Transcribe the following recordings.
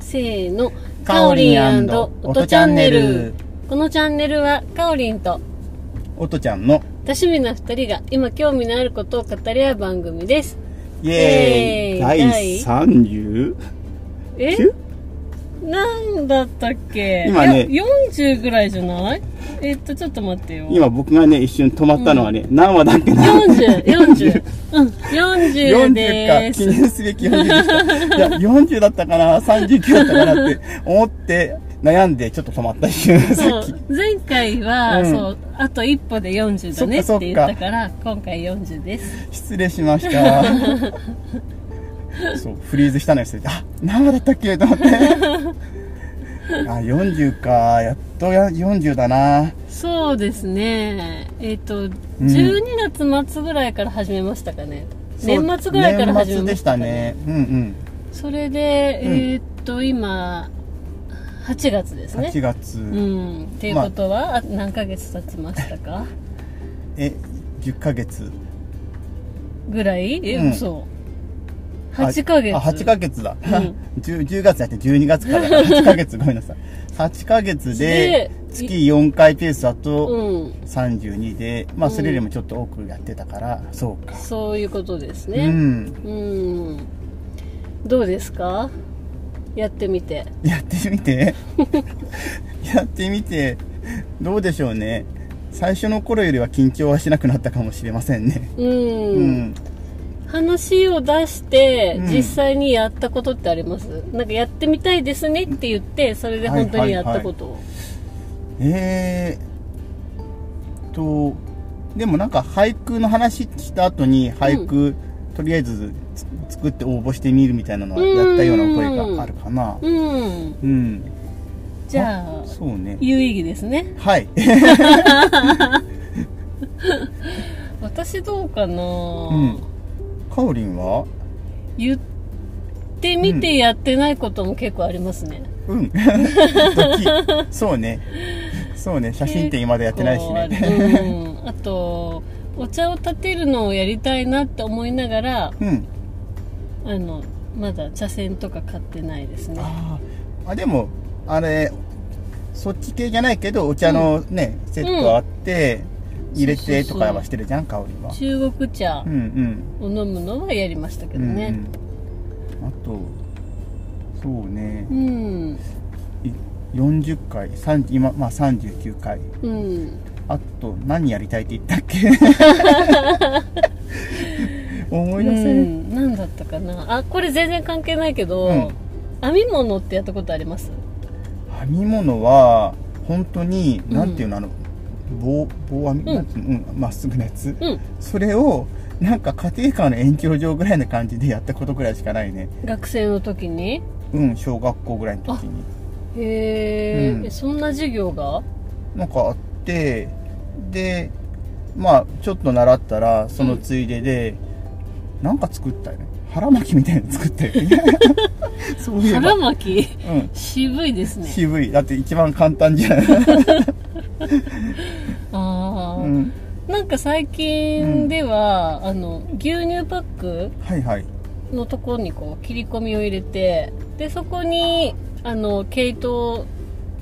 せーの、カオリン音チャンネル。このチャンネルは、カオリンとおとちゃんの多趣味な二人が今興味のあることを語り合う番組です。イエーイエーイイ第39えなんだったっけ今ねいや40ぐらいじゃないえっと、ちょっと待ってよ。今僕がね一瞬止まったのはね、何話だっけな40、40。うん、40 40でかー記す。念すべき40でしたいや40だったかな39だったかなって思って悩んでちょっと止まった一瞬そ さっきう前回は、うんそうあと一歩で40だねっそっかそっかて言ったから今回40です失礼しましたそうフリーズしたのですあ何話だったっけと 思ってあ40かやっとや40だなそうですねえっ、と12月末ぐらいから始めましたかね、そう年末ぐらいから始め年末までししたたかねうんうんそれで、うんえっ、と今8月ですね8月、うんっていうことは、あ、何ヶ月経ちましたかえ10ヶ月ぐらいえ、うん嘘あ8ヶ月あ8ヶ月だ、うん 10, 10月やって12月から8ヶ 月ごめんなさい8ヶ月でで月4回ペースだとうん32で、まあうんそれよりもちょっと多くやってたからそうか、そういうことですうねんうん、どうですかやってみてやってみて やってみてどうでしょうね最初の頃よりは緊張はしなくなったかもしれませんねうん、うん話を出してうん実際にやったことってあります、なんかやってみたいですねって言ってそれで本当にやったことを、えー、とでもなんか俳句の話した後に俳句、とりあえずつ作って応募してみるみたいなのはやったような声があるかなうんうん、じゃあそうね有意義ですねはい私どうかな、 うんかおりんは言ってみてやってないことも結構ありますね、うんドキそうねそうね写真って今だやってないし結構ねある うん、あとお茶を立てるのをやりたいなって思いながらうんあのまだ茶筅とか買ってないですねあーあでもあれそっち系じゃないけどお茶のね、セットあって、入れてとかはしてるじゃん香りは中国茶うんうんを飲むのはやりましたけどねうんうん、あとそうねう、んい40回30今、まあ、39回うん、あと何やりたいって言ったっ け思うい出せる、ん、何だったかなあこれ全然関係ないけど、うん編み物ってやったことあります編み物は本当になんていうの、あの棒棒編み、うんなんていうのうんまっすぐなやつ、うんそれをなんか家庭科の延長上ぐらいな感じでやったことぐらいしかないね学生の時にうん小学校ぐらいの時にへーうんえそんな授業がなんかあってでまあちょっと習ったらそのついでで、なんか作ったよね腹巻きみたいなの作ったよ ねそういえば腹、巻きうん、渋いですね渋いだって一番簡単じゃん、ああ、うん、なんか最近では、あの牛乳パックはいはいのところにこう切り込みを入れてでそこにあの毛糸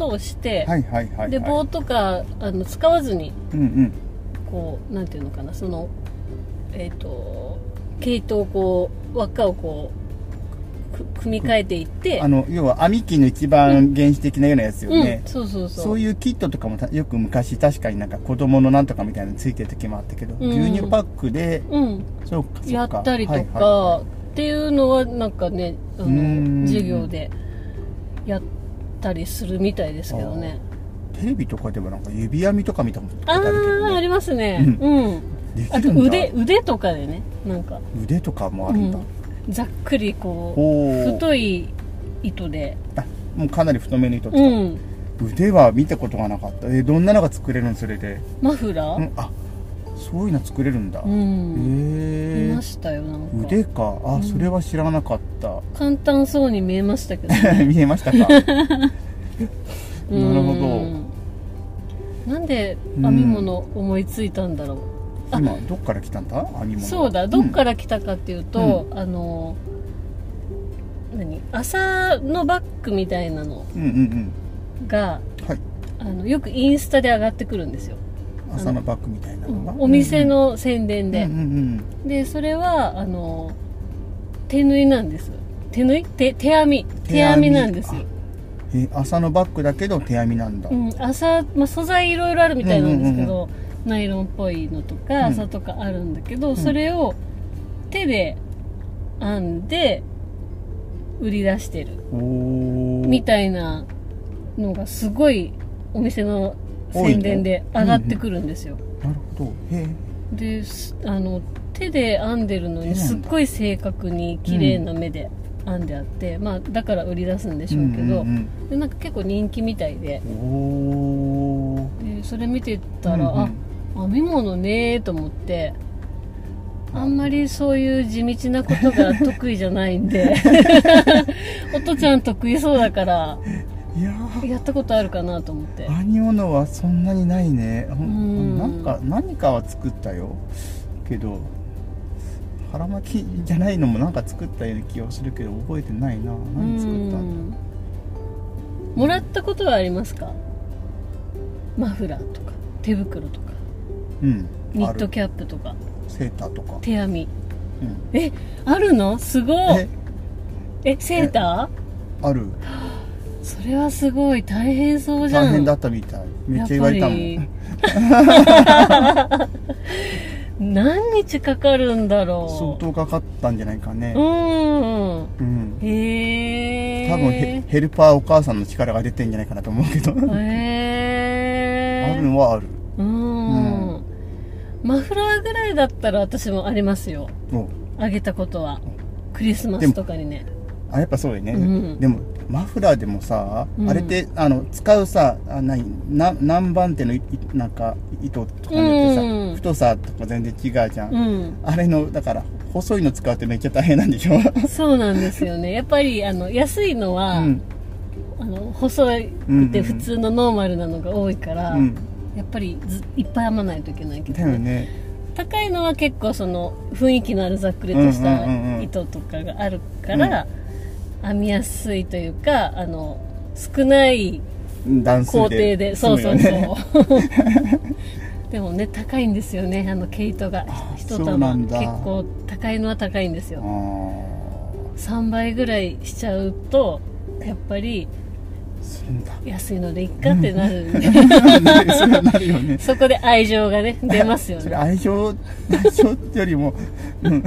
を通して、はいはいはい、はい、で棒とかあの使わずにうんうんこうなんていうのかなそのえっ、と毛糸をこう輪っかをこうく組み替えていってあの要は編み機の一番原始的なようなやつよねう、ん、そうそうそうそういうキットとかもたよく昔確かになんか子供のなんとかみたいなのついてる時もあったけど、ん牛乳パックでうん、そうかそうかやったりとか、はいはっていうのはなんかねあうーのん授業でやったりするみたいですけどねいテレビとかでもなんか指編みとか見たことああるけあど、ーあね、りますねうん、できあとるんだ腕腕とかでねなんか、腕とかもあうるんだ、ん、ざっくりこうおお太い糸でもうかなり太めの糸とか、うん腕は見たことがなかったえどんなのが作れるのそれで、マフラうーん、あそういうの作れるんだ、うへん、いえましたよなんか腕かあ、それは知らなかった 簡単そうに見えましたけど見えましたか なるほどうんなんで編み物思いついたんだろう、今どっから来たんだ編み物そうだどっから来たかっていうと、あの何朝のバッグみたいなのうんうんがうんはいあのよくインスタで上がってくるんですよ、朝のバッグみたいなのがお店の宣伝で、うんうんうんでそれはあの手縫いなんです手縫い手手編み手編みなんですよ、えー朝のバッグだけど手編みなんだ、うん、朝、まあ、素材いろいろあるみたいなんですけど、ナイロンっぽいのとうんか朝とかあるんだけど、んそれを手で編んで売り出してるおーみたいなのがすごいお店の宣伝で上がってくるんですよ、なるほどへえですあの手で編んでるのに手なんすっだごい正確に綺麗な目で編んであって、まあ、だから売り出すんでしょうけど、うんでなんか結構人気みたいでうんうん、おーでそれ見てたら、うんうあん編み物ねーと思ってあんまりそういう地道なことが得意じゃないん でおとちゃん得意そうだからいやーやったことあるかなと思って編み物はそんなにないね、うほんん、なんか何かは作ったよけど腹巻きじゃないのもなんか作ったような気がするけど覚えてないな何作ったうんだんもらったことはありますかマフラーとか手袋とかうんニあットるキャップとかセーターとか、手編みうん、えあるのすごいええセータあーるそれはすごい大変そうじゃん大変だったみたいめっちゃ言われたもやっん 何日かかるんだろう相当かかったんじゃないかねうんうんへえ多分ヘヘルパーお母さんの力が出てんじゃないかなと思うけどあへるえのはあるうん、うマフラーぐらいだったら私もありますよおあげたことはクリスマスとかにねあやっぱそうよね、うんでもマフラーでもさ、うんあれってあの使うさあないな何番手のいなんか糸とかによってさ、うん太さとか全然違うじゃん、うんあれのだから細いの使うってめっちゃ大変なんでしょ、そうなんですよねやっぱりあの安いのは、うんあの細くて普通のノーマルなのが多いから、うん、やっぱりずいっぱい編まないといけないけどだよね高いのは結構その雰囲気のあるざっくりとしうんうんうんうたん糸とかがあるから、編みやすいというかあの少ない段数で工程で済そうむそようねそう でもね高いんですよねあの毛糸があ一そう玉なん結だ構高いのは高いんですあよー3倍ぐらいしちゃうとやっぱりするんだ 安いのでいっかってなるんで、ねそれはなるよ ねそこで愛情がね出ますよ そねれ愛情愛情ってよりも、うん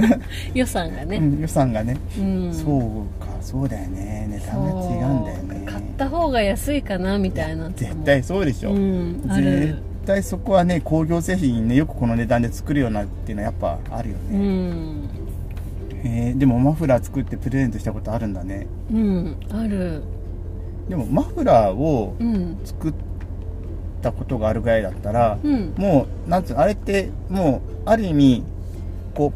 予算がうね、ん、予算がね、うん、そうかそうだよね値段が違うんだよね買った方が安いかなみたいなとかも絶対そうでしょ、うんあ絶る対そこはね工業製品ねよくこの値段で作るようなっていうのはやっぱあるようね、んえーでもマフラー作ってプレゼントしたことあるんだねうんあるでもマフラーをうん作ったことがあるぐらいだったら、うんもうなんつうのあれってもうある意味こ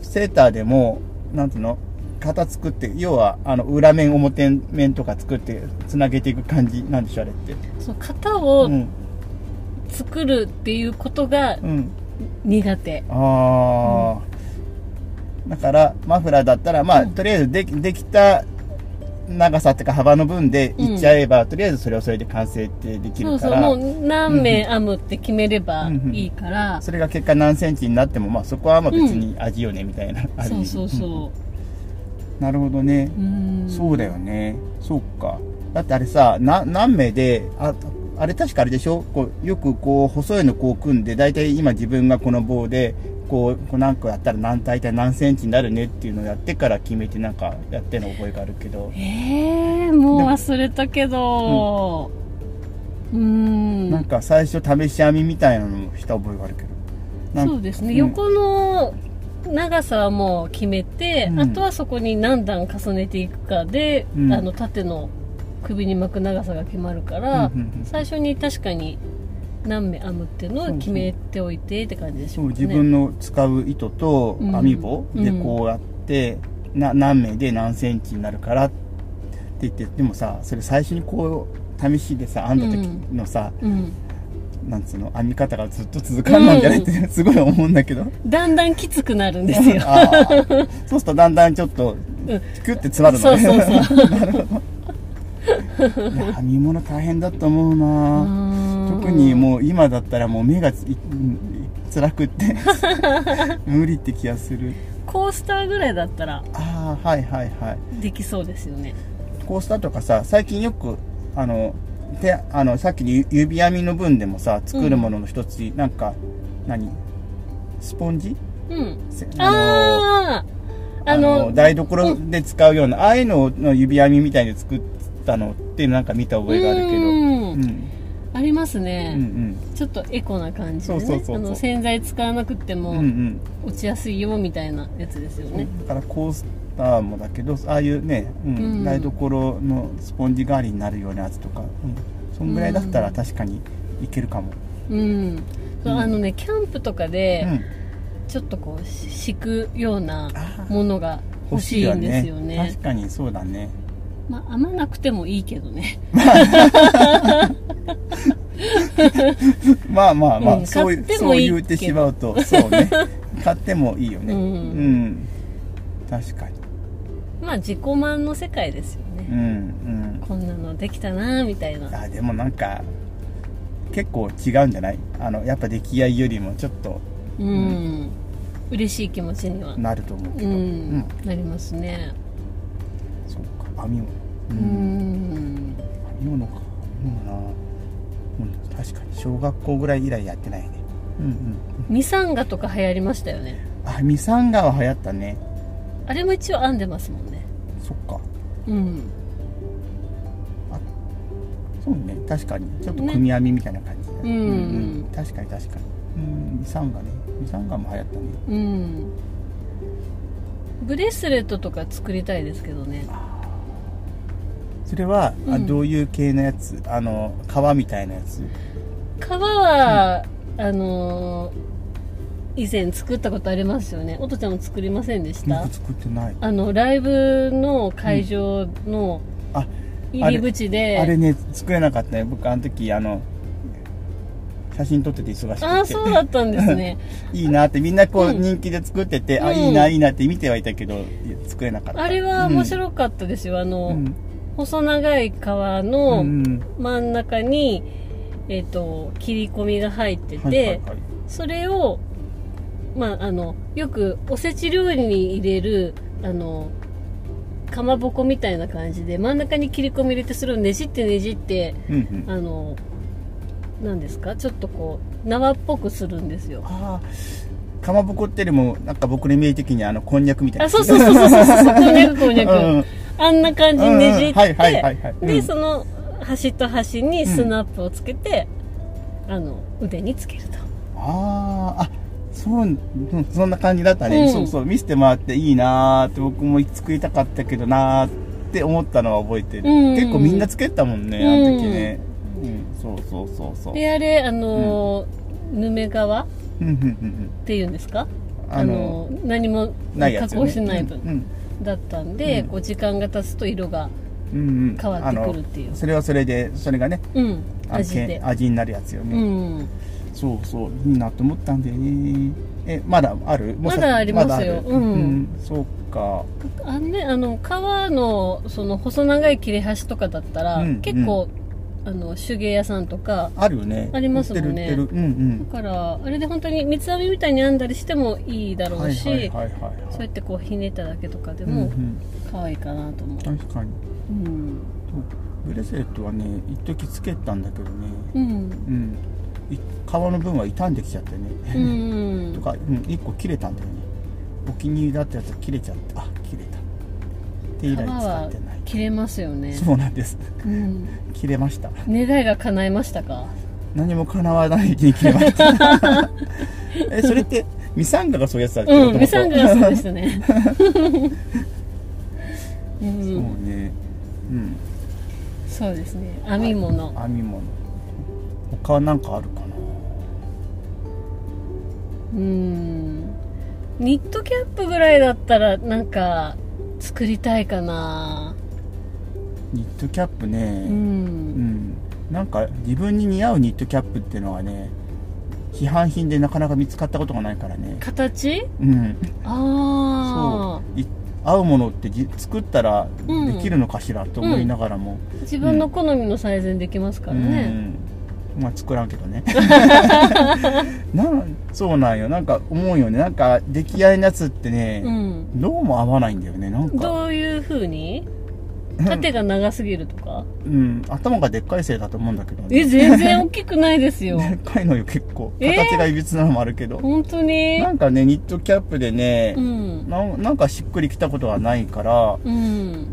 うセーターでもなんつうの型作って要はあの裏面表面とか作ってつなげていく感じなんでしょあれってそう型うをん、作るっていうことがうん、苦手ああ、だからマフラーだったらまあ、うんとりあえずできできた長さっていうか幅の分でいっちゃえば、とりあえずそれはそれで完成ってできそるうかそうらもう何名編むって決めればうんうんいいからそれが結果何センチになっても、まあ、そこはまあ別に味よねみたいな、ある意そう味そうそうんなるほどねう、うんそうだよねそうかだってあれさな何名でああれ確かあれでしょこうよくこう細いのこう組んで大体今自分がこの棒でこうこう何個やったら何大体何センチになるねっていうのをやってから決めてなんかやってるの覚えがあるけど、えーもう忘れたけどうんなんか最初試し編みみたいなのもした覚えがあるけどなんそうですね、ん横の長さはもう決めて、うんあとはそこに何段重ねていくかで、うんあの縦の首に巻く長さが決まるかうんら、うんうん最初に確かに何目編むっていうのを決めておいてって感じでしそょううかね自分の使う糸とうん編み棒でうんこうやって、な何目で何センチになるからって言ってでもさそれ最初にこう試しでさ編んだ時のさ、うん、なんつうの編み方がずっと続かんなんじゃないって、 すごい思うんだけどだんだんきつくなるんですよ あーそうするとだんだんちょっとキュッて詰まるのねそうそうそうなるほど いや編み物大変だと思うな特にもう今だったらもう目がつい辛くって 無理って気がするコースターぐらいだったらああはいはいはいできそうですよねコースターとかさ最近よくあの手あのさっきのゆ指編みの分でもさ作るものの一つに、なんか何スポンジうんせあああの台所で使うような、ああいうのの指編みみたいに作ったのっていうのなんか見た覚えがあるけどううんんうんありますうね、んちょっとエコな感じでねそうそうそうそうあの洗剤使わなくてうもんうん落ちやすいよみたいなやつですよね、だからコースターもだけどああいうね、うんうん台所のスポンジ代わりになるようなやつとか、うん、そんぐらいだったら確かにいけるかも、うんそううんあのねキャンプとかうでん、ちょっとこう敷くようなあものが欲しいんですよね確かにそうだねまあ編まなくてもいいけどねまあまあまあ、うんそうい買っうてそもういい言ってしまうとそ うね買ってもいいよねううんん、確かにまあ自己満の世界ですようね、んうんこんなのできたなみたいなあでもなんか結構違うんじゃないあのやっぱ出来合いよりもちょっとうん、嬉しい気持ちにはなると思うけうん、ど、うんなりますねそうか編み物ううん、ん編み物か編み物なうん確かに小学校ぐらい以来やってないねうんうんミサンガとか流行りましたよねあミサンガは流行ったねあれも一応編んでますもんねそっかうんそうね確かにちょっとね組み編みみたいな感じだねうんうん確かに確かにうんミサンガねミサンガも流行ったねうんブレスレットとか作りたいですけどねそれは、あうんどういう系のやつあの革みたいなやつ革は、あのー以前作ったことありますよねおとちゃんも作りませんでしよたく作ってないあのライブの会場のあ入り口で、あれね作れなかったね僕あの時あの写真撮ってて忙しくてああそうだったんです ねいいなってみんなこううん人気で作ってて、うあんいいないいなって見てはいたけど作れなかったあれは面白かったですよ、あの、うん細長い革うんうのん真ん中に、えっと切り込みが入ってて、はいはいはいそれを、まあ、あのよくおせち料理に入れるあのかまぼこみたいな感じで真ん中に切り込み入れてそれをねじってねじってうんうんあの何ですかちょっとこう縄っぽくするんですよあーかまぼこってよりもなんか僕のイメージ的にあのこんにゃくみたいなあそうそう そうそうそうそうこんにゃくこんにゃく、うんあんな感じにねじって、うんはいはいはいはいうんでその端と端にスナップをつけて、あの腕につけるとあーあそううんそんな感じだったね、うんそうそう見せてもらっていいなーって僕も作りたかったけどなーって思ったのは覚えてる、うん結構みんなつけてたもんね、あの時ね、うん、そうそうそうそうであれあの、ぬめ革っうんうんうんていうんですかうんあの何もない加やつよ工ねしてないうん分だったんで、うんこう時間が経つと色がうんうん変わってくるっていうあのそれはそれでそれがねうんあの味でけ味になるやつようね、んそうそういいなと思ったんだよねえまだあるもうさまだありますよまだあるうんそうかあのねあの革のその細長い切れ端とかだったら、うん結構あの手芸屋さんとかあるよねありますもんね売ってる売ってるうんうんだからあれで本当に三つ編みみたいに編んだりしてもいいだろうし、はいはいはいはい、そうやってこうひねっただけとかでうもんうん可愛いかなと思う、確かにうんそうブレスレットはね一時つけたんだけどねうんうんい皮の分は傷んできちゃってうね、んとか、うん、1個切れたんだよねお気に入りだったやつが切れちゃってあ切れた手以皮来使はってない切れますよねそうなんですうん切れました願いが叶えましたか何も叶わないうちに切れました えそれってミサンガがそういうやつだっけうんミ元サン々ガがそうでしたねう そうんねうんそうですね編み物編み物他は何かあるかなうんニットキャップぐらいだったらなんか作りたいかなニットキャップうね、うんんなんか自分に似合うニットキャップっていうのはね批判品でなかなか見つかったことがないからね形うんああそうい合うものってじ作ったらうんできるのかしらと思いながらも、自分の好みの最善できますかうらんね、まあ作らんけ どねなんそうなんよなんか思うよねなんか出来合いのやつってね、うんどうも合わないんだよねなんか、どういうふうに縦が長すぎるとかうん、頭がでっかいせいだと思うんだけどねえ全然大きくないですよでっかいのよ結構えー形がいびつなのもあるけど、本当になんかねニットキャップでね、うんなんなんかしっくりきたことがないからうん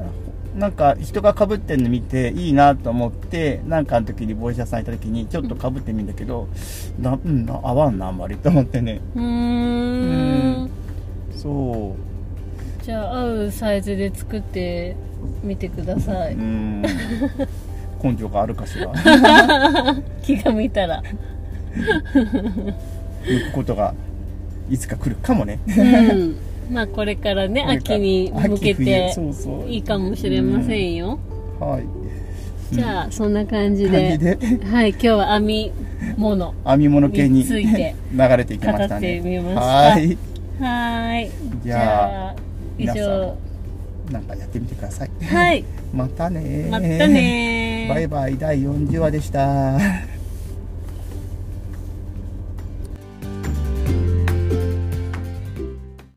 なんか人がかぶってんの見ていいなと思ってなんかの時に帽子屋さん行った時にちょっとかぶってみるんだけど、なうん、な合わんなあんまりと思ってねうーんそじゃあ合うサイズで作ってみてくださうういん根性があるかし ら気が向いたら行くことがいつか来るかもねうん まあこれからねなんか秋に向け秋冬てそうそういいかもしれませんよはいじゃあそんな感じ感じでではい今日は編み物編み物系にについて 流れていきましたね語ってみましたはいはーいじゃあ以皆さん上なんかやってみてください はいまたねまたねーバイバイ第40話でした